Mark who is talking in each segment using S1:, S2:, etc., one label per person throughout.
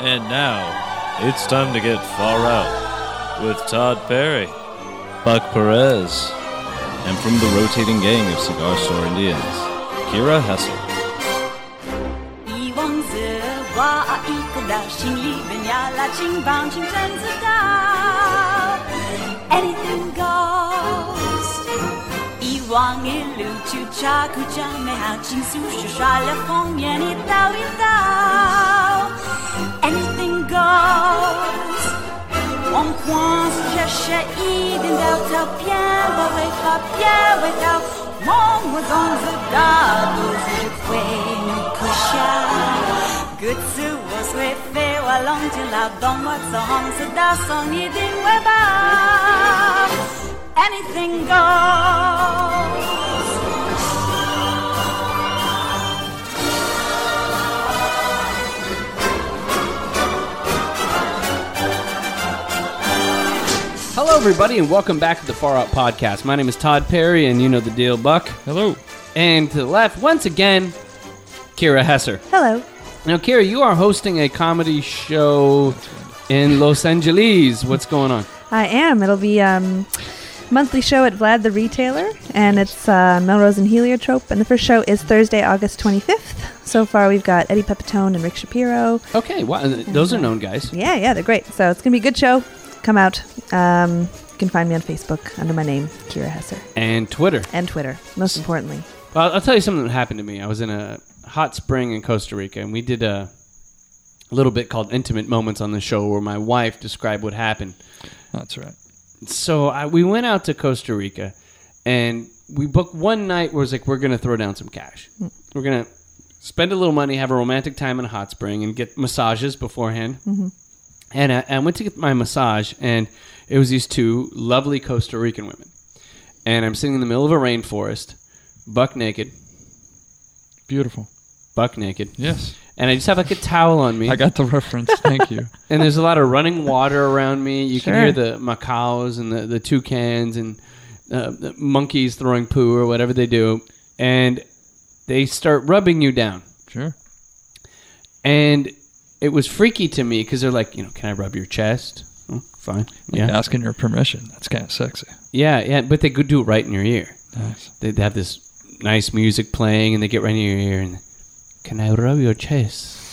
S1: And now, it's time to get far out with Todd Perry, Buck Perez, and from the rotating gang of Cigar Store Indians, Kira Hessel.
S2: 一王子，我一个的心里边呀啦，请帮请真知道，anything goes。一望一路就查苦查美好，情愫是耍了风烟一道一道，anything goes。On pense cherchait idem d'art How bien Wawe fa bien Without Mon was on the doubles When you push out Good to was we fair Along to la bomb What's on the dust On you did we Anything goes
S3: Hello, everybody, and welcome back to the Far Out Podcast. My name is Todd Perry, and you know the deal, Buck.
S1: Hello.
S3: And to the left, once again, Kira Hesser.
S4: Hello.
S3: Now, Kira, you are hosting a comedy show in Los Angeles. What's going on?
S4: I am. It'll be um monthly show at Vlad the Retailer, and it's uh, Melrose and Heliotrope. And the first show is Thursday, August 25th. So far, we've got Eddie Pepitone and Rick Shapiro.
S3: Okay, wow, those are known guys.
S4: Yeah, yeah, they're great. So it's gonna be a good show. Come out. Um, you can find me on Facebook under my name, Kira Hesser,
S3: And Twitter.
S4: and Twitter. Most importantly,
S3: Well, I'll tell you something that happened to me. I was in a hot spring in Costa Rica, and we did a little bit called Intimate Moments on the show where my wife described what happened.
S5: That's right.
S3: so I, we went out to Costa Rica, and we booked one night where it's like we're gonna throw down some cash. We're gonna spend a little money, have a romantic time in a hot spring, and get massages beforehand. And I, I went to get my massage, and it was these two lovely Costa Rican women. And I'm sitting in the middle of a rainforest, buck naked,
S5: Beautiful.
S3: buck naked,
S5: Yes.
S3: and I just have like a towel on me.
S5: I got the reference. Thank you.
S3: and there's a lot of running water around me. You
S4: Sure.
S3: can hear the macaws and the, the toucans and uh, the monkeys throwing poo or whatever they do, and they start rubbing you down.
S5: Sure.
S3: And it was freaky to me because they're like, you know, can I rub your chest? Oh, fine. Yeah.
S5: Asking your permission. That's kind of sexy.
S3: yeah, yeah, But they could do it right in your ear.
S5: Nice.
S3: They, they have this nice music playing, and they get right in your ear and, can I rub your chest?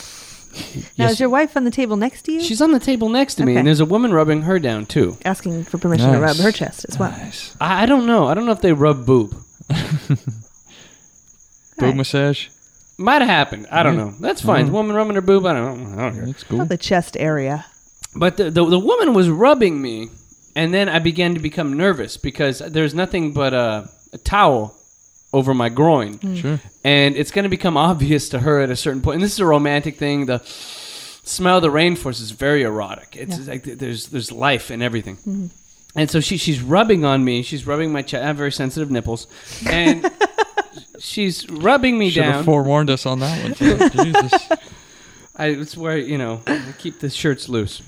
S4: now
S3: Yes.
S4: is your wife on the table next to you,
S3: She's on the table next to me,
S4: Okay.
S3: and there's a woman rubbing her down too.
S4: asking for permission to rub
S5: Nice.
S4: her chest as well.
S5: Nice.
S3: I, I don't know. I don't know if they rub boob.
S5: Boob
S4: Alright.
S5: massage.
S3: Might have happened. I don't know. That's fine. Woman rubbing her boob. I don't, I don't care.
S5: That's cool.
S4: Not Oh, the chest area.
S3: But the, the the woman was rubbing me, and then I began to become nervous because there's nothing but a, a towel over my groin,
S5: Sure.
S3: and it's going to become obvious to her at a certain point. And this is a romantic thing. The smell of the rainforest is very erotic. It's like th- there's there's life in everything. And so she she's rubbing on me. She's rubbing my chest. I have very sensitive nipples, and she's rubbing me
S5: Should
S3: down.
S5: have forewarned us on that one. too. Jesus.
S3: I it's where you know I keep the shirts loose.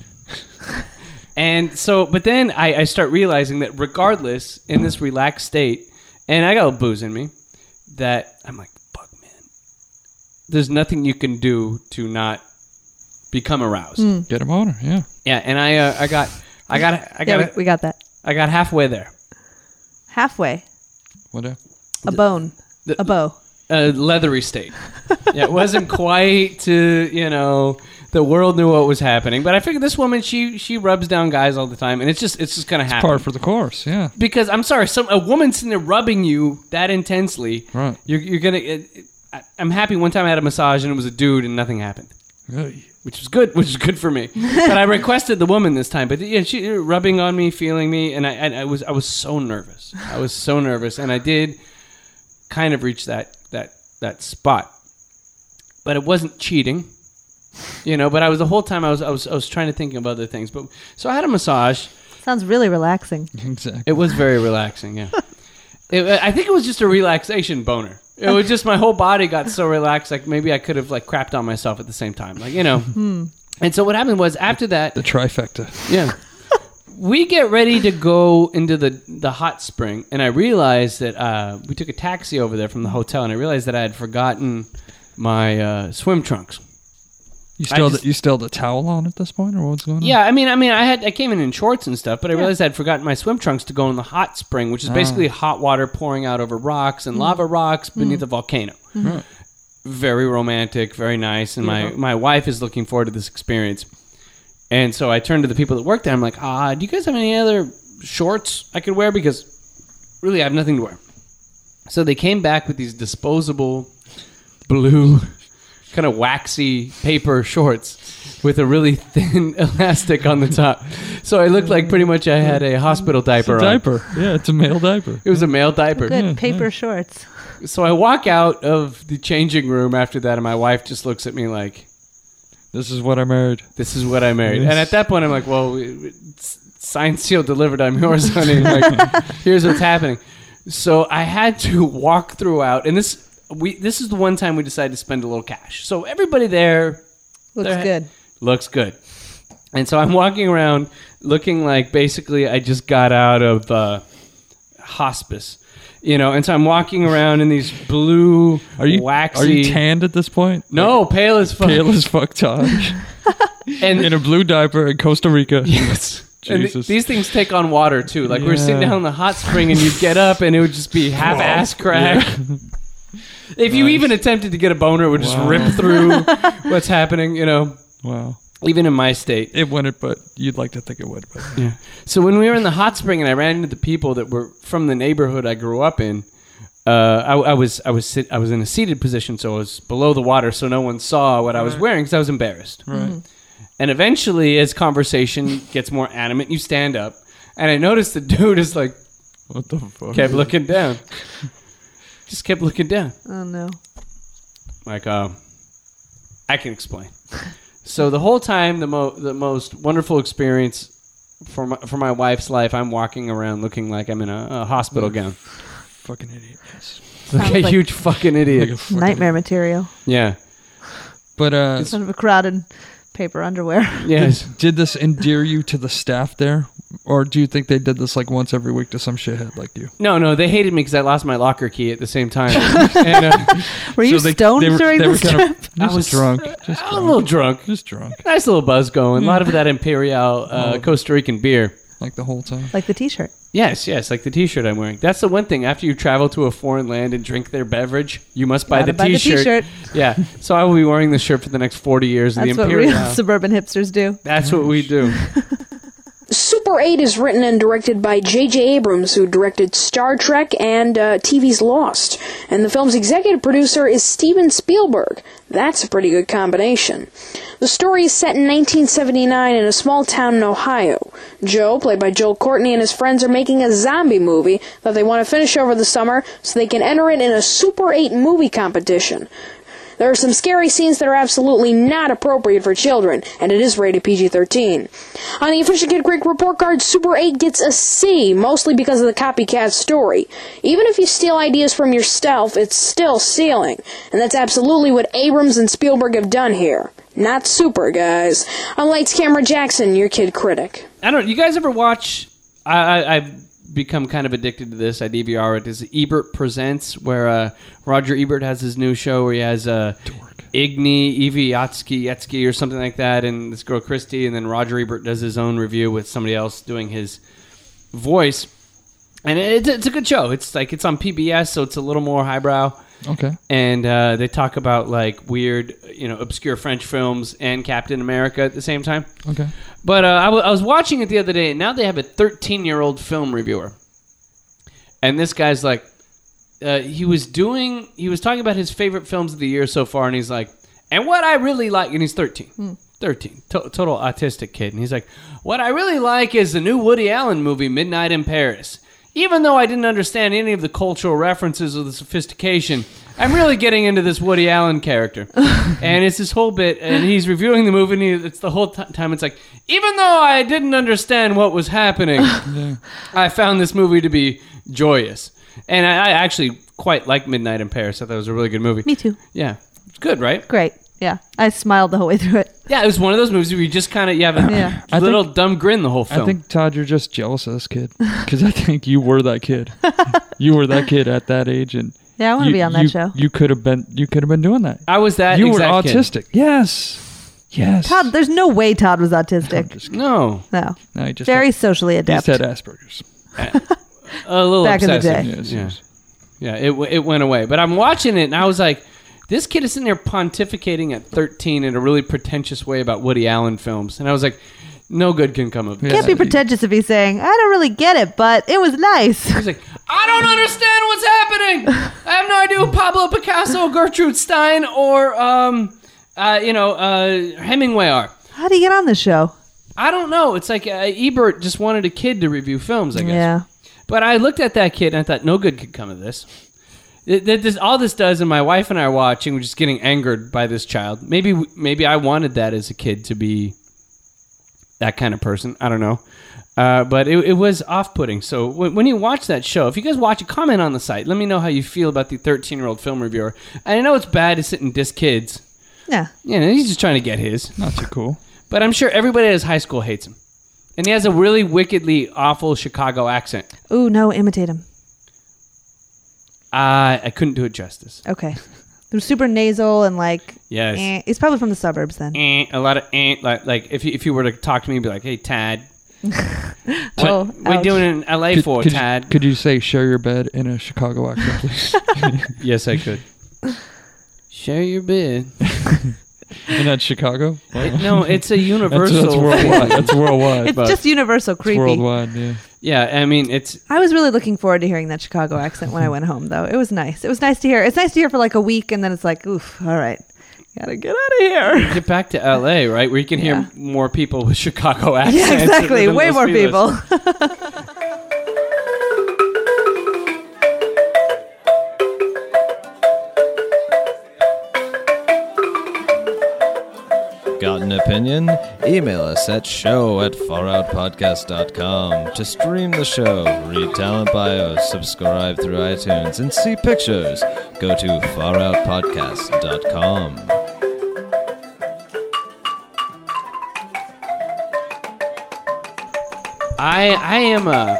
S3: and so, but then I, I start realizing that regardless, in this relaxed state, and I got a little booze in me, that I'm like, fuck, man. There's nothing you can do to not become aroused.
S4: Hmm.
S5: Get him on her. Yeah.
S3: Yeah, and I uh, I got I got I
S4: Yeah,
S3: got
S4: we, we got that
S3: I got halfway there.
S4: halfway.
S5: Whatever.
S4: A bone,
S3: the-
S4: a bow.
S3: a leathery state. yeah, it wasn't quite to you know the world knew what was happening, but I figured this woman she she rubs down guys all the time, and it's just it's just gonna happen.
S5: Par for the course. Yeah.
S3: because I'm sorry, some a woman sitting there rubbing you that intensely,
S5: Right.
S3: You're you're gonna. It, it, I, I'm happy. One time I had a massage and it was a dude and nothing happened,
S5: Hey.
S3: which was good, which was good for me. but I requested the woman this time, but yeah, she rubbing on me, feeling me, and I, and I was I was so nervous. I was so nervous, and I did kind of reach that that that spot, but it wasn't cheating. You know, but I was the whole time I was I was I was trying to think of other things. But so I had a massage.
S4: Sounds really relaxing.
S5: Exactly.
S3: It was very relaxing, yeah. It, I think it was just a relaxation boner. It was just my whole body got so relaxed, like maybe I could have like crapped on myself at the same time, like you know. And so what happened was after that,
S5: The trifecta.
S3: yeah, we get ready to go into the the hot spring, and I realized that uh, we took a taxi over there from the hotel, and I realized that I had forgotten my uh, swim trunks.
S5: You still
S3: just-
S5: the, you still the towel on at this point, or what's going on?
S3: Yeah, I mean, I mean, I had I came in in shorts and stuff, but I realized I'd forgotten my swim trunks to go in the hot spring, which is basically hot water pouring out over rocks and lava rocks beneath a volcano.
S5: Right.
S3: Very romantic, very nice, and my my wife is looking forward to this experience. And so I turned to the people that work there. I'm like, ah, do you guys have any other shorts I could wear? Because really, I have nothing to wear. So they came back with these disposable blue kind of waxy paper shorts with a really thin elastic on the top. So I looked like pretty much I had a hospital
S5: It's a
S3: diaper on.
S5: diaper. Yeah, it's a male diaper.
S3: It was a male diaper.
S4: Good
S5: Mm,
S4: paper shorts.
S3: So I walk out of the changing room after that, and my wife just looks at me like,
S5: This is what I married.
S3: "This is what I married."
S5: Yes.
S3: And at that point, I'm like, "Well, it's signed, sealed, delivered. I'm yours, honey. Like, here's what's happening." So I had to walk throughout, and this we this is the one time we decided to spend a little cash. So everybody there
S4: Looks
S3: They're-
S4: good.
S3: looks good. And so I'm walking around looking like basically I just got out of uh, hospice, you know. And so I'm walking around in these blue,
S5: Are you
S3: waxy?
S5: Are you tanned at this point?
S3: no, pale as fuck.
S5: Pale as fuck, Todd.
S3: and
S5: in a blue diaper in Costa Rica.
S3: yes. And th-
S5: Jesus.
S3: these things take on water too. Like we're sitting
S5: Yeah.
S3: down in the hot spring, and you get up, and it would just be half ass crack. if you even attempted to get a boner, it would just
S5: Wow.
S3: rip through what's happening. You know,
S5: Wow.
S3: even in my state.
S5: It wouldn't, but you'd like to think it would. But
S3: Yeah. So when we were in the hot spring and I ran into the people that were from the neighborhood I grew up in, uh, I, I was I was sit, I was in a seated position, so I was below the water, so no one saw what I
S5: Uh-huh.
S3: was wearing because I was embarrassed.
S5: right.
S4: Mm-hmm.
S3: And eventually, as conversation gets more animate, you stand up, and I noticed the dude is like
S5: What the fuck?
S3: kept looking down, just kept looking down.
S4: Oh no.
S3: Like, um, I can explain. So the whole time, the mo- the most wonderful experience for my, for my wife's life, I'm walking around looking like I'm in a, a hospital gown,
S5: Fucking idiot. Yes.
S3: like
S4: Sounds
S3: a
S4: like
S3: huge fucking
S5: Like a
S3: idiot.
S5: fucking-
S4: Nightmare material.
S3: Yeah.
S5: But uh,
S4: Instead of a crowded paper underwear.
S3: Yes.
S5: did this endear you to the staff there, or do you think they did this like once every week to some shithead like you?
S3: No, no, they hated me because I lost my locker key at the same time. and, uh,
S4: Were you
S5: So they-
S4: stoned
S5: they were-
S4: during
S5: they were
S4: this
S5: kind of-
S4: trip?
S3: I
S5: Just
S3: was
S5: drunk. Just
S3: I'm a little
S5: drunk.
S3: drunk.
S5: Just drunk.
S3: Nice little buzz going. A lot of that Imperial uh,
S4: Oh.
S3: Costa Rican beer.
S5: Like the whole time.
S4: Like the T-shirt.
S3: Yes, yes, like the T-shirt I'm wearing. That's the one thing. After you travel to a foreign land and drink their beverage, you must buy,
S4: Gotta
S3: the,
S4: buy the
S3: t-shirt.
S4: T-shirt.
S3: Yeah. So I will be wearing this shirt for the next 40 years. in
S4: That's
S3: the
S4: what
S3: Imperial.
S4: real suburban hipsters do.
S3: That's what we do.
S6: Super 8 is written and directed by J.J. Abrams, who directed Star Trek and uh, TV's Lost. And the film's executive producer is Steven Spielberg. That's a pretty good combination. The story is set in 1979 in a small town in Ohio. Joe, played by Joel Courtney, and his friends are making a zombie movie that they want to finish over the summer so they can enter it in a Super 8 movie competition. There are some scary scenes that are absolutely not appropriate for children, and it is rated PG 13. On the official Kid Creek report card, Super 8 gets a C, mostly because of the copycat story. Even if you steal ideas from yourself, it's still stealing, and that's absolutely what Abrams and Spielberg have done here. Not super, guys. On Lights Camera Jackson, your kid critic.
S3: I don't. You guys ever watch? I, I I've become kind of addicted to this. I DVR it. Is Ebert Presents, where uh, Roger Ebert has his new show where he has uh, Igni Evie Yatsky Yatsky or something like that, and this girl Christie, and then Roger Ebert does his own review with somebody else doing his voice. And it's, it's a good show. It's like it's on PBS, so it's a little more highbrow
S5: Okay.
S3: and uh, they talk about like weird, you know, obscure French films and Captain America at the same time.
S5: Okay.
S3: But uh, I, w- I was watching it the other day, and now they have a 13 year old film reviewer, and this guy's like, uh, he was doing, he was talking about his favorite films of the year so far, and he's like, and what I really like, and he's 13. 13 to- total autistic kid and he's like what i really like is the new woody allen movie midnight in paris even though i didn't understand any of the cultural references or the sophistication i'm really getting into this woody allen character and it's this whole bit and he's reviewing the movie and he, it's the whole ti time it's like even though i didn't understand what was happening i found this movie to be joyous and i, I actually quite like midnight in paris i thought it was a really good movie
S4: Me too.
S3: yeah it's good right
S4: Great. Yeah. I smiled the whole way through it.
S3: yeah, it was one of those movies where you just kind of you have a
S4: Yeah.
S5: I
S3: little dumb grin the whole
S5: I
S3: film.
S5: think Todd, you're just jealous of this kid because I think you were that kid. you were that kid at that age, and
S4: Yeah, I want to
S5: you-
S4: be on that
S5: you-
S4: show.
S5: You could have been. You could have been doing that.
S3: I was that.
S5: you were
S3: exact kid.
S5: autistic. Yes. Yes.
S4: Todd, there's no way Todd was
S5: I'm
S4: autistic.
S5: just kidding.
S3: No,
S4: No.
S5: No, he just
S4: Very
S5: had,
S4: socially
S5: he uh,
S4: adept.
S5: just had Asperger's.
S3: a little
S4: Back in the
S3: obsessive.
S4: day.
S5: Yes,
S3: Yeah.
S5: yes.
S3: Yeah, it, w- it went away. But I'm watching it and I was like, this kid is sitting there pontificating at 13 in a really pretentious way about Woody Allen films. And I was like, no good can come of this.
S4: Can't be pretentious if he's saying, I don't really get it, but it was nice.
S3: He's like, I don't understand what's happening. I have no idea who Pablo Picasso, Gertrude Stein, or, um, uh, you know, uh, Hemingway are.
S4: How do you get on the show?
S3: I don't know. It's like uh, Ebert just wanted a kid to review films, I guess.
S4: Yeah.
S3: But I looked at that kid and I thought, no good could come of this. It- that this- all this does, and my wife and I are watching, we're just getting angered by this child. Maybe, maybe I wanted that as a kid to be that kind of person. I don't know. Uh, but it, it was off putting. So when, when you watch that show, if you guys watch it, comment on the site. Let me know how you feel about the 13 year old film reviewer. And I know it's bad to sit and diss kids.
S4: Yeah.
S3: You know, he's just trying to get his.
S5: Not too cool.
S3: But I'm sure everybody at his high school hates him. And he has a really wickedly awful Chicago accent.
S4: Ooh, no, imitate him.
S3: I I couldn't do it justice.
S4: Okay. They're super nasal and like,
S3: Yes.
S4: eh. he's probably from the suburbs then.
S3: Eh, a lot of eh, like like if you, if you were to talk to me, you'd be like, "Hey, Tad, what
S4: Oh,
S3: what you
S4: ouch.
S3: doing in L.A. for,
S5: could, you,
S3: Tad?"
S5: could you say share your bed in a Chicago accent, please?
S3: yes, I could. Share your bid.
S5: and that's Chicago.
S3: It- no, it's a
S5: That's,
S3: universal.
S5: that's worldwide. That's worldwide.
S4: It's
S5: but
S4: just universal
S5: it's
S4: creepy.
S5: worldwide. Yeah.
S3: yeah, I mean, it's
S4: I was really looking forward to hearing that Chicago accent when I went home, though. It was nice. It was nice to hear. It's nice to hear for like a week, and then it's like, oof, all right, gotta get out of here.
S3: get back to L.A. right where you can hear
S4: Yeah.
S3: more people with Chicago accents.
S4: Yeah, exactly.
S3: than
S4: Way
S3: Los
S4: more
S3: Feliz.
S4: people.
S1: Got an opinion? Email us at show at faroutpodcast.com to stream the show, read talent bios, subscribe through iTunes, and see pictures. Go to faroutpodcast.com.
S3: I I am a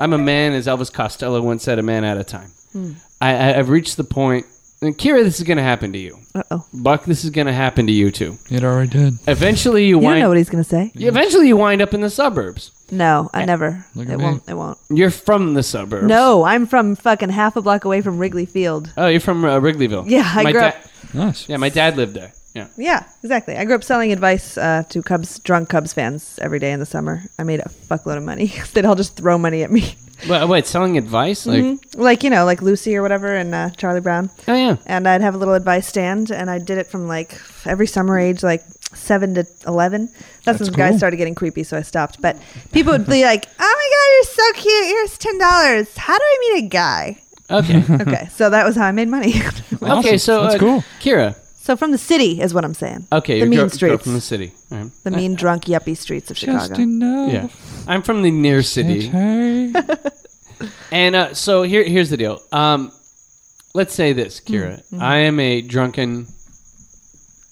S3: I'm a man, as Elvis Costello once said, a man at a time.
S4: Hmm.
S3: I, I I've reached the point. And Kira, this is going to happen to you.
S4: Uh oh.
S3: Buck, this is going to happen to you too.
S5: It already did.
S3: Eventually, you
S4: You don't
S3: wind
S4: know what he's gonna say.
S3: eventually you wind up in the suburbs.
S4: No, I never.
S5: Look at
S4: it
S5: me.
S4: won't. It won't.
S3: You're from the suburbs.
S4: No, I'm from fucking half a block away from Wrigley Field.
S3: Oh, you're from uh, Wrigleyville.
S4: Yeah, I
S3: my
S4: grew
S3: da-
S4: up-
S5: Nice.
S3: Yeah, my dad lived there. Yeah.
S4: Yeah, exactly. I grew up selling advice uh, to Cubs drunk Cubs fans every day in the summer. I made a fuckload of money. They'd all just throw money at me,
S3: Wait, wait selling advice? Like,
S4: like you know, like Lucy or whatever, and uh, Charlie Brown.
S3: oh yeah.
S4: and I'd have a little advice stand, and I did it from like every summer age, like seven to eleven. That's, when the guys
S5: cool.
S4: started getting creepy, so I stopped. But people would be like, "Oh my god, you're so cute! Here's ten dollars. How do I meet a guy?"
S3: Okay.
S4: Okay, so that was how I made money.
S3: Okay. So
S5: That's
S3: uh,
S5: cool.
S3: Kira.
S4: so from the city is what I'm saying.
S3: Okay,
S4: the
S3: you're
S4: mean
S3: gro- girl
S4: streets, Mm-hmm.
S3: from the city. All right.
S4: the mean drunk yuppie streets of
S5: Just
S4: Chicago.
S5: enough.
S3: Yeah, I'm from the near city.
S5: Okay.
S3: And uh, so here, here's the deal. Um, let's say this,
S4: Hmm.
S3: Kira.
S4: Mm-hmm.
S3: I am a drunken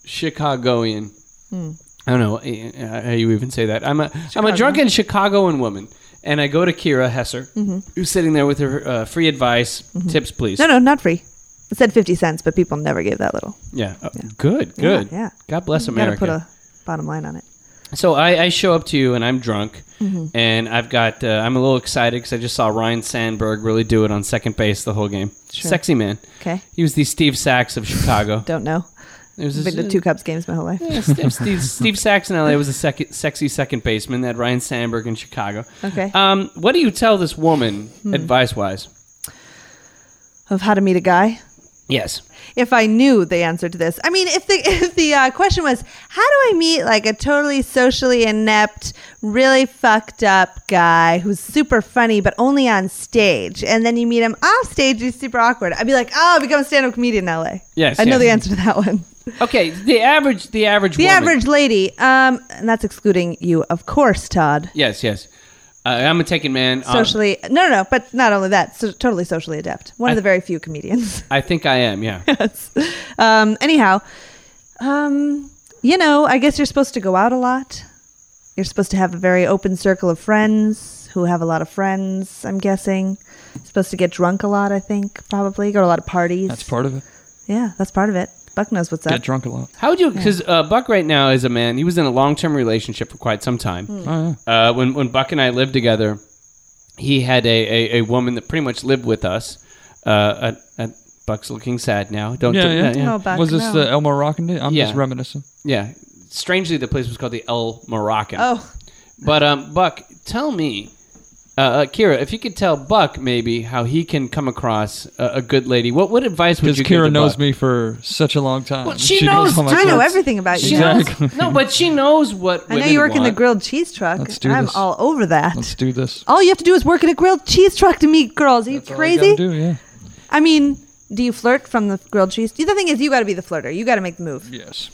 S3: Chicagoan.
S4: Hmm.
S3: I don't know uh, how you even say that. I'm a am a drunken Chicagoan woman, and I go to Kira Hesser, who's sitting there with her uh, free advice, tips, please.
S4: Mm-hmm. no, no, not free. It said fifty cents, but people never gave that little.
S3: Yeah. Uh, good, good.
S4: yeah.
S3: God bless
S4: You gotta
S3: America.
S4: put a bottom line on it.
S3: So I, I show up to you and I'm drunk,
S4: Mm-hmm.
S3: and I've got uh, I'm a little excited because I just saw Ryan Sandberg really do it on second base the whole game. Sexy man.
S4: Okay.
S3: He was the Steve Sachs of Chicago.
S4: Don't know.
S3: There was uh,
S4: I've been to two Cubs games my whole life.
S3: Yeah, Steve, Steve, Steve Sachs in LA was a sec- sexy second baseman. They had Ryan Sandberg in Chicago.
S4: Okay. Hmm.
S3: Um, what do you tell this woman advice wise?
S4: Of how to meet a guy.
S3: Yes.
S4: if I knew the answer to this. I mean, if the if the uh, question was, how do I meet like a totally socially inept, really fucked up guy who's super funny but only on stage, and then you meet him off stage, he's super awkward. I'd be like, oh, I'll become a stand up comedian in LA.
S3: Yes,
S4: I know
S3: yes.
S4: the answer to that one.
S3: Okay. The average. The average.
S4: The
S3: woman.
S4: average lady, um, and that's excluding you, of course, Todd.
S3: Yes. Yes. Uh, I'm a taken man. Um,
S4: Socially, no, no, no, but not only that, so, totally socially adept. One of the very few comedians.
S3: I think I am. Yeah.
S4: Um, anyhow, um, you know, I guess you're supposed to go out a lot. You're supposed to have a very open circle of friends who have a lot of friends, I'm guessing. Supposed to get drunk a lot, I think, probably. Go to a lot of parties.
S5: That's part of it.
S4: Yeah, that's part of it. Buck knows what's up.
S5: Get drunk a lot.
S3: How would you? Because uh, Buck right now is a man. He was in a long-term relationship for quite some time.
S4: Hmm.
S5: Oh,
S3: Uh, when when Buck and I lived together, he had a, a, a woman that pretty much lived with us. Uh, uh, uh, Buck's looking sad now. Don't
S5: Yeah,
S3: do-
S5: yeah.
S3: uh, yeah.
S4: Oh, Buck,
S5: yeah. Was this
S4: no.
S5: the Elmo Rockin' day? I'm just
S3: Yeah.
S5: reminiscing.
S3: Yeah. Strangely, the place was called the El Moroccan.
S4: Oh,
S3: But um, Buck, tell me, uh, uh, Kira, if you could tell Buck maybe how he can come across a, a good lady, what what advice would
S5: Because
S3: you give
S5: Kira
S3: to
S5: knows
S3: Buck?
S5: me for such a long time.
S3: Well, she knows-
S5: all my
S4: I know
S5: quirks.
S4: everything about you.
S3: She knows, no, but she knows what.
S4: I know
S3: women
S4: you work in the
S3: want.
S4: grilled cheese truck.
S5: Let's do
S4: I'm
S5: this.
S4: all over that.
S5: Let's do this.
S4: all you have to do is work in a grilled cheese truck to meet girls. Are you
S5: That's all I
S4: crazy?
S5: gotta do, yeah.
S4: I mean, do you flirt from the grilled cheese? The thing is, you got to be the flirter. You got to make the move.
S5: Yes.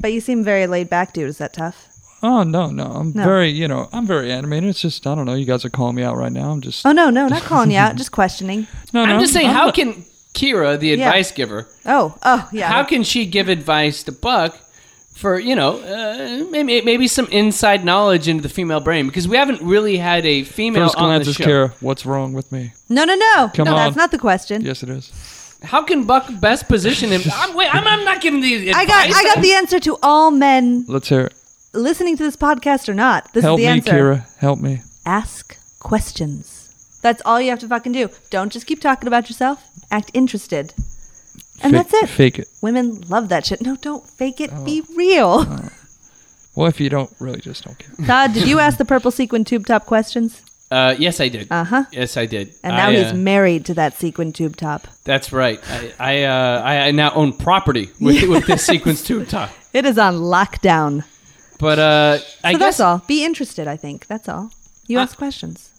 S4: But you seem very laid back, dude. Is that tough?
S5: Oh no, no. I'm
S4: No.
S5: very, you know, I'm very animated. It's just I don't know. You guys are calling me out right now. I'm just
S4: Oh no, no, not calling you out, just questioning.
S5: no, no.
S3: I'm just saying,
S5: I'm
S3: how
S5: not-
S3: can Kira, the
S4: Yeah.
S3: advice giver,
S4: Oh, oh yeah.
S3: how can she give advice to Buck for you know uh, maybe maybe some inside knowledge into the female brain because we haven't really had a female
S5: first
S3: on
S5: glance
S3: the
S5: is
S3: show.
S5: Kira. What's wrong with me?
S4: no, no, no.
S5: Come
S4: no,
S5: on.
S4: that's not the question.
S5: Yes, it is.
S3: How can Buck best position him? I'm, wait, I'm, I'm not giving the advice.
S4: I got, I got the answer to all men
S5: Let's hear it.
S4: listening to this podcast or not. This
S5: Help
S4: is
S5: me,
S4: the answer.
S5: Kira. Help me.
S4: Ask questions. That's all you have to fucking do. Don't just keep talking about yourself. Act interested. And
S5: Fake-
S4: that's it.
S5: Fake Oh. it.
S4: Women love that shit. No, don't fake it. Be real.
S5: Well, if you don't really, just don't care.
S4: Todd, did you ask the purple sequin tube top questions?
S3: Uh, yes, I did.
S4: Uh-huh.
S3: Yes, I did.
S4: And
S5: Ah,
S4: now
S3: I,
S4: he's
S3: uh,
S4: married to that sequin tube top.
S3: That's right. I I, uh, I I now own property with with this sequence tube top.
S4: It is on lockdown.
S3: But uh, I
S4: So that's
S3: guess
S4: all. Be interested, I think. That's all. You
S3: Uh,
S4: ask questions.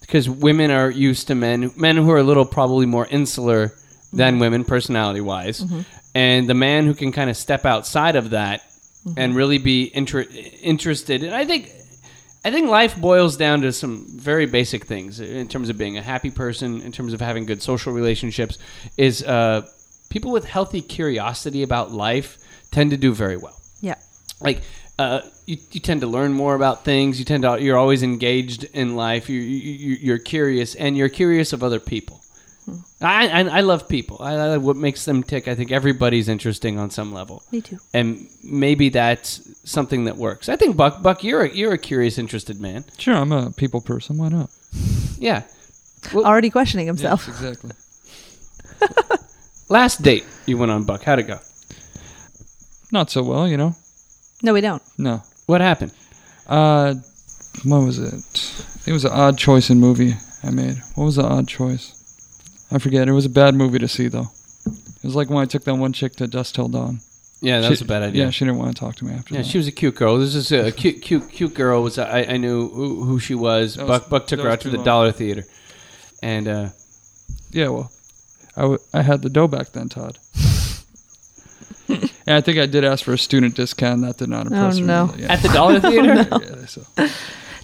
S3: because women are used to men men who are a little probably more insular than women personality wise, and the man who can kind of step outside of that and really be inter- interested. And I think I think life boils down to some very basic things in terms of being a happy person, in terms of having good social relationships. Is uh, people with healthy curiosity about life tend to do very well
S4: Yeah.
S3: like uh, you, you tend to learn more about things you tend to you're always engaged in life you, you, you- you're curious and you're curious of other people
S4: Hmm.
S3: I, I, I love people I, I love what makes them tick i think everybody's interesting on some level
S4: Me too.
S3: and maybe that's something that works i think buck buck you're a, you're a curious interested man
S5: Sure, I'm a people person. Why not?
S3: yeah oh.
S4: Already questioning himself.
S5: exactly.
S3: last date you went on buck how'd it go
S5: Not so well, you know.
S4: No, we don't.
S5: No.
S3: what happened
S5: Uh, what was it? It was an odd choice in movie I made. What was the odd choice? I forget. It was a bad movie to see though. It was like when I took that one chick to Dust Till Dawn.
S3: yeah that
S5: She-
S3: was a bad idea
S5: Yeah, she didn't want to talk to me after
S3: Yeah,
S5: that.
S3: she was a cute girl. This is a cute, cute, cute girl. Was I, I knew who, who she was.
S5: That was-
S3: Buck Buck took
S5: that
S3: her
S5: was
S3: out to
S5: too
S3: the
S5: long.
S3: Dollar Theater, and uh,
S5: Yeah, well, I, w- I had the dough back then, Todd. and I think I did ask for a student discount. That did not impress me.
S4: Oh, no.
S5: Yeah.
S3: at the Dollar Theater.
S5: Yeah, so.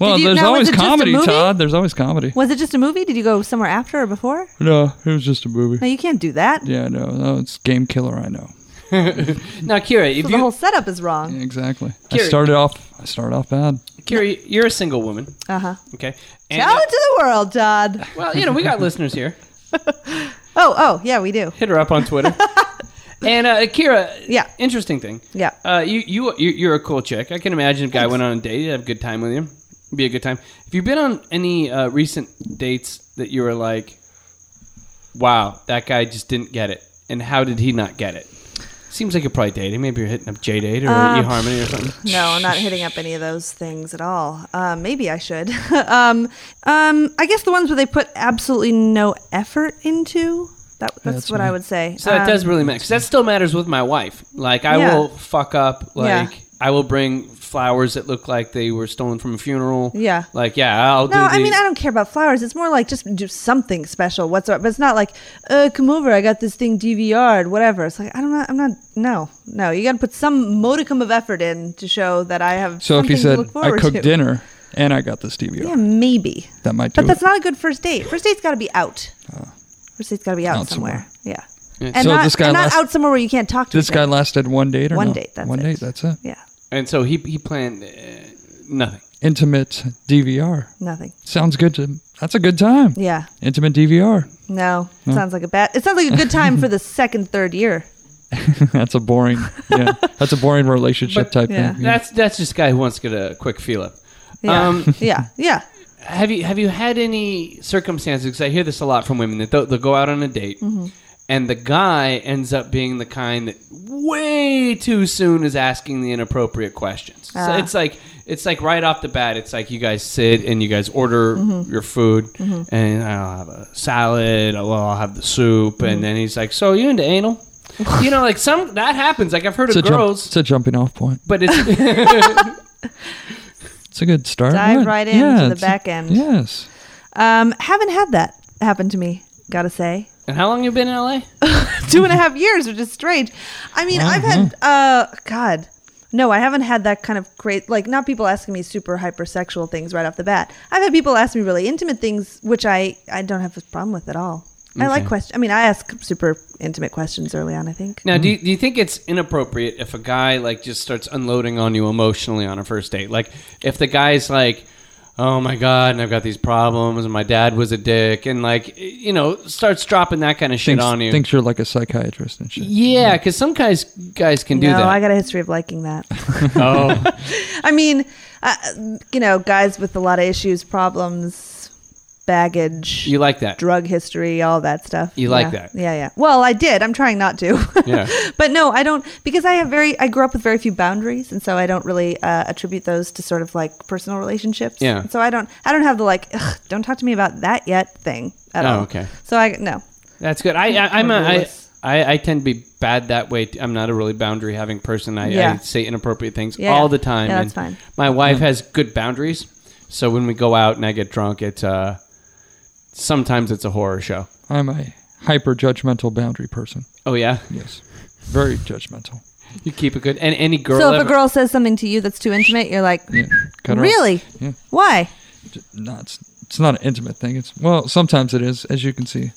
S5: Well,
S4: you-
S5: there's
S4: now, was
S5: always
S4: it just a
S5: comedy,
S4: movie?
S5: Todd. There's always comedy.
S4: Was it just a movie? Did you go somewhere after or before?
S5: No, it was just a movie.
S4: No, you can't do that.
S5: Yeah, no, no, it's game killer. I know.
S3: now, Kira, if
S4: So the whole
S3: you,
S4: setup is wrong.
S5: Yeah, exactly. I
S3: Gary-
S5: started off. I started off bad.
S3: Kira, you're a single woman,
S4: Uh huh.
S3: okay? And, uh,
S4: Tell it to the world, Todd.
S3: well, you know, we got listeners here.
S4: Oh, oh, yeah, we do.
S3: Hit her up on Twitter. and uh, Kira,
S4: Yeah.
S3: interesting thing.
S4: Yeah.
S3: Uh, you, you, you- you're a cool chick. I can imagine if a guy went on a date, he'd have a good time with you. It'd be a good time. Have you been on any uh, recent dates that you were like, wow, that guy just didn't get it? And how did he not get it? Seems like you're probably dating. Maybe you're hitting up J Date or
S4: Um,
S3: eHarmony or something.
S4: No, I'm not hitting up any of those things at all. Uh, maybe I should. um, um, I guess the ones where they put absolutely no effort into. That, that's,
S5: that's
S4: what I
S5: me.
S4: would say.
S3: So that
S4: Um,
S3: does really matter. 'cause that still matters with my wife. Like I
S4: Yeah.
S3: will fuck up.
S4: Yeah.
S3: Like I will bring flowers that look like they were stolen from a funeral.
S4: Yeah.
S3: Like yeah, I'll do.
S4: No, I
S3: the-
S4: mean I don't care about flowers. It's more like just do something special whatsoever. But it's not like, uh, come over. I got this thing DVR'd, whatever. It's like I don't know. I'm not. No, no. You got to put some modicum of effort in to show that I have.
S5: So if
S4: something
S5: he
S4: to
S5: said,
S4: look
S5: "I
S4: forward
S5: cooked
S4: to."
S5: dinner and I got this DVR,"
S4: yeah, maybe.
S5: that might do
S4: But that's
S5: it.
S4: not a good first date. First date's got to be out. First date's got to be out,
S5: Out
S4: somewhere.
S5: somewhere.
S4: Yeah.
S3: Yeah.
S4: And,
S5: So
S4: not,
S5: this guy
S4: and not
S5: last-
S4: out somewhere where you can't talk to
S5: This
S4: each
S5: guy
S4: other.
S5: lasted one date or
S4: One
S5: no?
S4: date, that's
S5: one
S4: it.
S5: date. That's it.
S4: Yeah,
S3: And so he he planned uh, nothing.
S4: Mm-hmm.
S5: Intimate DVR
S4: nothing.
S5: sounds good to. That's a good time.
S4: Yeah,
S5: Intimate DVR.
S4: no. Sounds like a bad. It sounds like a good time for the second, third year.
S5: that's a boring. Yeah, that's a boring relationship
S3: But-
S5: type
S4: Yeah.
S5: thing. Yeah.
S3: That's that's just a guy who wants to get a quick feel up.
S4: Yeah.
S3: Um,
S4: yeah. Yeah.
S3: have you have you had any circumstances? Because I hear this a lot from women that they'll, they'll go out on a date, and the guy ends up being the kind that way too soon is asking the inappropriate questions. So
S4: Ah.
S3: it's like it's like right off the bat, it's like you guys sit and you guys order your food, and I'll have a salad. Well, I'll have the soup, and then he's like, "So you into anal?" you know, like some that happens. Like I've heard
S5: It's a,
S3: of
S5: jump,
S3: girls,
S5: it's a jumping off point.
S3: but it's.
S5: It's a good start.
S4: Dive
S5: What?
S4: right into the
S5: it's a-
S4: back end.
S5: Yes.
S4: Um, haven't had that happen to me. Gotta say,
S3: And how long you been in LA?
S4: two and a half years, which is strange. I mean, I've
S3: Mm-hmm.
S4: had uh, God, no, I haven't had that kind of great like not people asking me super hypersexual things right off the bat. I've had people ask me really intimate things, which I I don't have a problem with at all. I like questions. I mean, I ask super intimate questions early on. I think.
S3: Now, do you, do you think it's inappropriate if a guy like just starts unloading on you emotionally on a first date? Like, if the guy's like, "Oh my god, and I've got these problems, and my dad was a dick," and like, you know, starts dropping that kind of shit
S5: Thinks,
S3: on you.
S5: thinks you're like a psychiatrist and shit.
S3: yeah, because some guys guys can do
S4: no,
S3: that.
S4: I got a history of liking that.
S3: oh,
S4: I mean, uh, you know, guys with a lot of issues, problems, baggage.
S3: you like that?
S4: drug history, all that stuff.
S3: You like
S4: Yeah.
S3: that?
S4: Yeah, yeah. Well, I did. I'm trying not to.
S3: Yeah.
S4: but no, I don't because I have very I grew up with very few boundaries and so I don't really uh, attribute those to sort of like personal relationships.
S3: Yeah.
S4: So I don't I don't have the like Ugh, don't talk to me about that yet thing at
S3: Oh,
S4: all.
S3: okay.
S4: So I no.
S3: That's good. I, I I'm a, I,
S4: Ruthless.
S3: I I tend to be bad that way. t- I'm not a really boundary having person. I, I
S4: Yeah.
S3: say inappropriate things
S4: Yeah.
S3: all the time.
S4: Yeah, that's
S3: and
S4: fine.
S3: My wife has good boundaries, so when we go out and I get drunk, it uh, sometimes it's a horror show.
S5: I'm a hyper judgmental boundary person.
S3: Oh yeah,
S5: Yes. Very judgmental.
S3: you keep it good. And any girl,
S4: so if
S3: ever,
S4: a girl says something to you that's too intimate, you're like
S5: Yeah. Cut her off.
S4: Really?
S5: Yeah.
S4: Why?
S5: J- No, it's, it's not an intimate thing. It's well, sometimes it is, as you can see.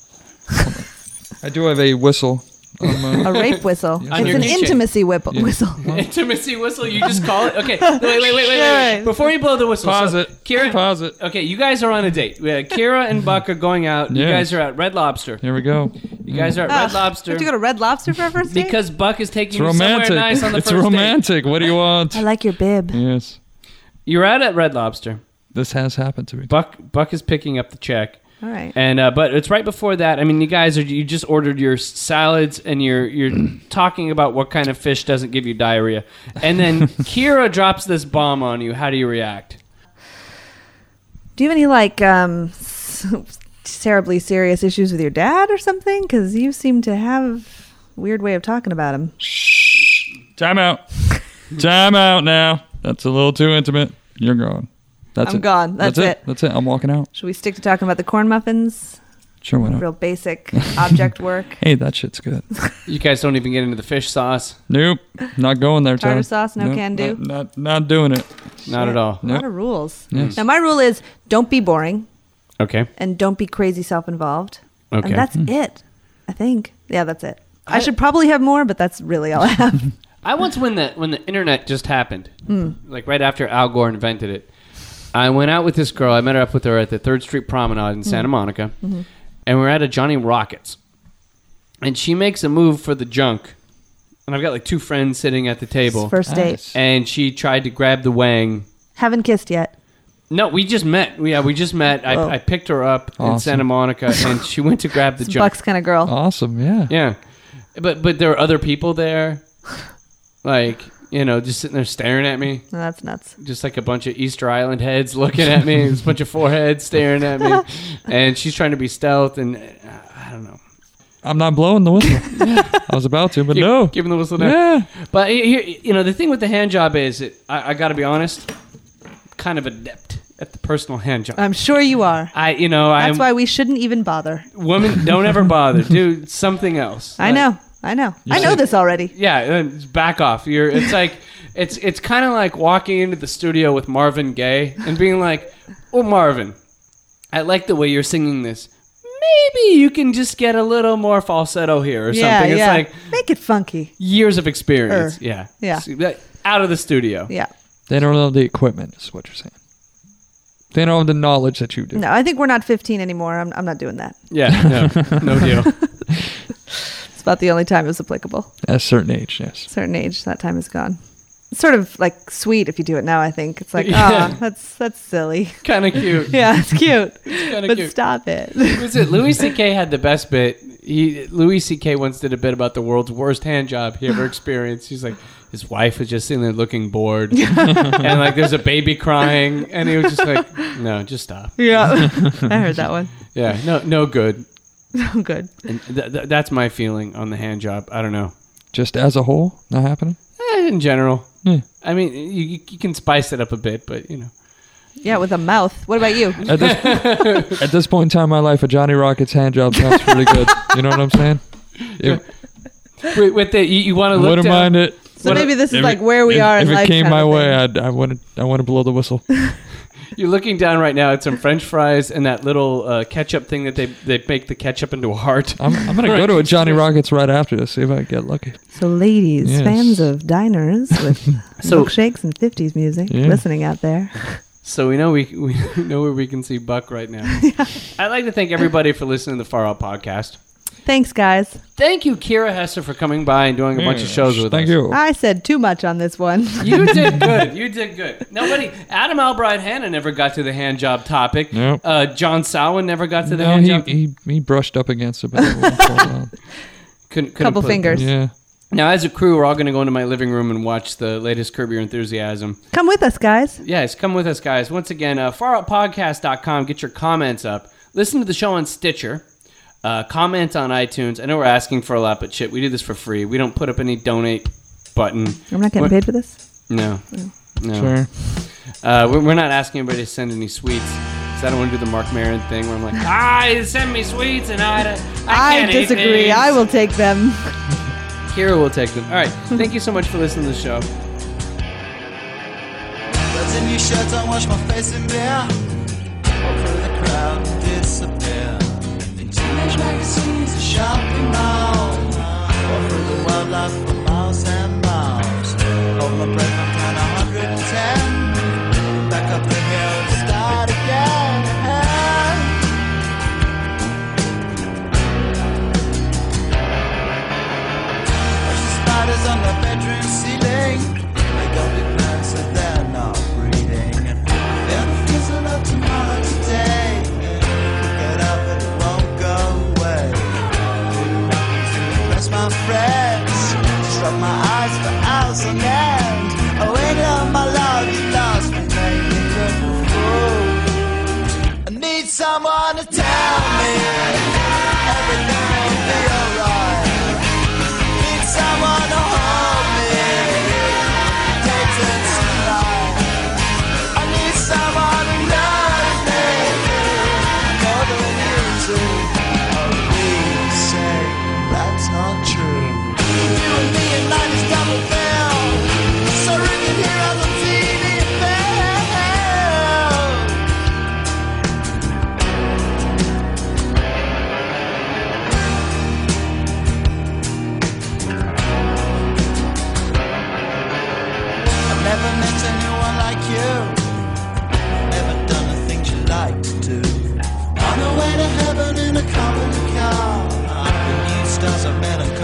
S5: I do have a whistle. On my,
S4: A rape whistle.
S3: On
S4: It's
S3: your
S4: an
S3: keychain.
S4: intimacy whip- whistle.
S3: intimacy whistle, you just call it. Okay, wait, wait, wait, wait, wait, wait.
S4: Sure.
S3: Before you blow the whistle,
S5: pause
S3: so
S5: it.
S3: Kira,
S5: Pause it.
S3: Okay, you guys are on a date. Uh, Kira and Buck are going out. You
S5: Yeah.
S3: guys are at Red Lobster.
S5: Here we go.
S3: You guys are at
S4: Ugh,
S3: Red Lobster.
S4: Have to go to Red Lobster for a first date?
S3: because Buck is taking
S5: It's
S3: you
S5: romantic.
S3: somewhere nice on the
S5: it's
S3: first date.
S5: romantic. What do you want?
S4: I like your bib.
S5: Yes.
S3: You're out at Red Lobster.
S5: This has happened to me.
S3: Buck Buck is picking up the check,
S4: All right.
S3: and uh, but it's right before that. I mean, you guys are you just ordered your salads, and you're you're talking about what kind of fish doesn't give you diarrhea, and then Kira drops this bomb on you. How do you react?
S4: Do you have any like um, terribly serious issues with your dad or something? Because you seem to have a weird way of talking about him.
S5: Time out. Time out now. That's a little too intimate. You're gone. That's
S4: I'm
S5: it.
S4: gone. That's it.
S5: That's it. I'm walking out.
S4: Should we stick to talking about the corn muffins?
S5: Sure, why not?
S4: Real basic object work.
S5: Hey, that shit's good.
S3: You guys don't even get into the fish sauce,
S5: nope. Not going there,
S4: Tartar
S5: Todd.
S4: sauce, no
S5: Nope,
S4: can do.
S5: Not, not, not doing it.
S3: not at all.
S4: A lot of rules.
S5: Yes.
S4: Now my rule is don't be boring
S3: Okay,
S4: and don't be crazy self-involved.
S3: Okay. Hmm.
S4: And that's it. I think. Yeah, that's it. I, should probably have more, but that's really all I have.
S3: I once when the when the internet just happened,
S4: Hmm.
S3: like right after Al Gore invented it, I went out with this girl. I met her up with her at the Third Street Promenade
S4: Hmm.
S3: in Santa Monica,
S4: Mm-hmm.
S3: and we're at a Johnny Rockets, and she makes a move for the junk, and I've got like two friends sitting at the table,
S4: First date.
S5: Nice.
S3: and she tried to grab the wang.
S4: Haven't kissed yet.
S3: No, we just met. Yeah, we just met.
S4: Whoa.
S3: I, I picked her up in
S5: Awesome.
S3: Santa Monica, and she went to grab the junk.
S4: Buck's kind of
S3: Oh.
S4: girl.
S5: Awesome. Yeah.
S3: Yeah, but but there were other people there, like you know, just sitting there staring at me
S4: No, that's nuts.
S3: just like a bunch of Easter Island heads looking at me, just a bunch of foreheads staring at me, and she's trying to be stealth and uh, I don't know.
S5: I'm not blowing the whistle. I was about to, but
S3: Give-
S5: no.
S3: give him the whistle now.
S5: yeah.
S3: But here, you know, the thing with the hand job is, it, I, I got to be honest, kind of adept at the personal hand job.
S4: I'm sure you are.
S3: I, you know, I
S4: Uh, That's why we shouldn't even bother.
S3: women don't ever bother. Do something else.
S4: I
S3: Like,
S4: know. I know. I know
S5: should-
S4: this already.
S3: Yeah, uh, back off. You're. It's like. It's it's kind of like walking into the studio with Marvin Gaye and being like, "Oh Marvin, I like the way you're singing this. Maybe you can just get a little more falsetto here or
S4: Yeah,
S3: something." It's
S4: yeah.
S3: like
S4: Make it funky.
S3: years of experience.
S4: Er,
S3: yeah.
S4: yeah.
S3: See, like, Out of the studio.
S4: Yeah.
S5: They don't know the equipment, is what you're saying. They don't have the knowledge that you do.
S4: No, I think we're not 15 anymore. I'm, I'm not doing that.
S3: Yeah. No. no deal.
S4: It's about the only time it was applicable.
S5: At a certain age, yes.
S4: Certain age, that time is gone. It's sort of like sweet if you do it now. I think it's like,
S3: Yeah.
S4: oh, that's that's silly.
S3: Kind of cute.
S4: Yeah, it's cute,
S3: kinda
S4: but
S3: cute.
S4: stop it.
S3: Was it Louis C.K. had the best bit? He Louis C.K. once did a bit about the world's worst hand job he ever experienced. He's like, his wife was just sitting there looking bored, and like there's a baby crying, and he was just like, no, just stop.
S4: yeah, I heard that one.
S3: Yeah, no, no good.
S4: Oh, good.
S3: And th- th- that's my feeling on the hand job. I don't know.
S5: Just as a whole, not happening.
S3: Eh, in general,
S5: Yeah.
S3: I mean, you, you you can spice it up a bit, but you know,
S4: Yeah, with a mouth. What about you?
S5: At this, at this point in time in my life, a Johnny Rockets hand job sounds pretty good. You know what I'm saying? It
S3: with, with the you, you want to look.
S5: wouldn't
S3: down-
S5: mind it.
S4: So
S3: What-
S4: maybe this is
S1: if
S4: like
S1: it-
S4: where we
S5: if,
S4: are in
S5: if
S4: life.
S5: it came
S4: kind
S5: my
S4: of
S5: way,
S4: thing.
S5: I'd, I wouldn't. I wouldn't blow the whistle.
S3: You're looking down right now at some French fries and that little uh, ketchup thing that they they make the ketchup into a heart.
S5: I'm, I'm gonna go to a Johnny Rockets right after this. See if I can get lucky.
S4: So, ladies,
S5: Yes.
S4: fans of diners with
S3: So-
S4: milkshakes and '50s music,
S5: Yeah.
S4: listening out there.
S3: So we know we we know where we can see Buck right now. I'd like to thank everybody for listening to the Far Out podcast.
S4: Thanks, guys.
S3: Thank you, Kira Hesser, for coming by and doing a bunch of shows with
S5: Mm, Thank
S3: us.
S5: you.
S4: I said too much on this one.
S3: You did good. You did good. Nobody, Adam Albright Hanna never got to the hand job topic.
S5: Nope.
S3: Uh, John Sowen never got to the
S5: No,
S3: hand job.
S5: he, he he brushed up against it, but it won't fall down.
S3: Couldn't, couldn't
S4: Couple
S3: put it-
S4: fingers.
S5: yeah.
S3: Now, as a crew, we're all going to go into my living room and watch the latest Curb Your Enthusiasm.
S4: Come with us, guys.
S3: Yes, come with us, guys. Once again, uh, faroutpodcast.com. Get your comments up. Listen to the show on Stitcher. Uh, comment on iTunes. I know we're asking for a lot, but shit, we do this for free. We don't put up any donate button.
S4: I'm not getting
S3: What-
S4: paid for this.
S3: No.
S4: Mm.
S3: No.
S5: Sure.
S3: Uh, we're, we're not asking anybody to send any sweets. Because I don't want to do the Mark Maron thing where I'm like, I send me sweets and I, I,
S4: I
S3: can't eat
S4: disagree.
S3: these."
S4: I will take them.
S3: Kira will take them. All right. Thank you so much for listening to the show.
S7: What's in your shirts? I wash my face in beer. Walk through the crowd and disappear. In teenage magazines and shopping malls. Walk through the wildlife for miles and miles. Hold my breath, I'm down 110. Back up the hill and start again. Watch the spiders on the bedroom ceiling. They got big plans that they're not breathing. They're the fizzle of tomorrow today. Get up and it won't go away. Bless my friends. Just rub my eyes for hours on end. I wait on my love, you lost me, made me look a fool. I need someone to tell me everything will be alright. Need someone to hold me. Takes its life. I need someone who loves me. More than you do. Oh, please say that's not true. You and me and mine is double bill. So ring it here on the TV bell. I've never met anyone like you. Never done the things you like to do. On the way to heaven in a company car. I've been used as a melancholy Oh,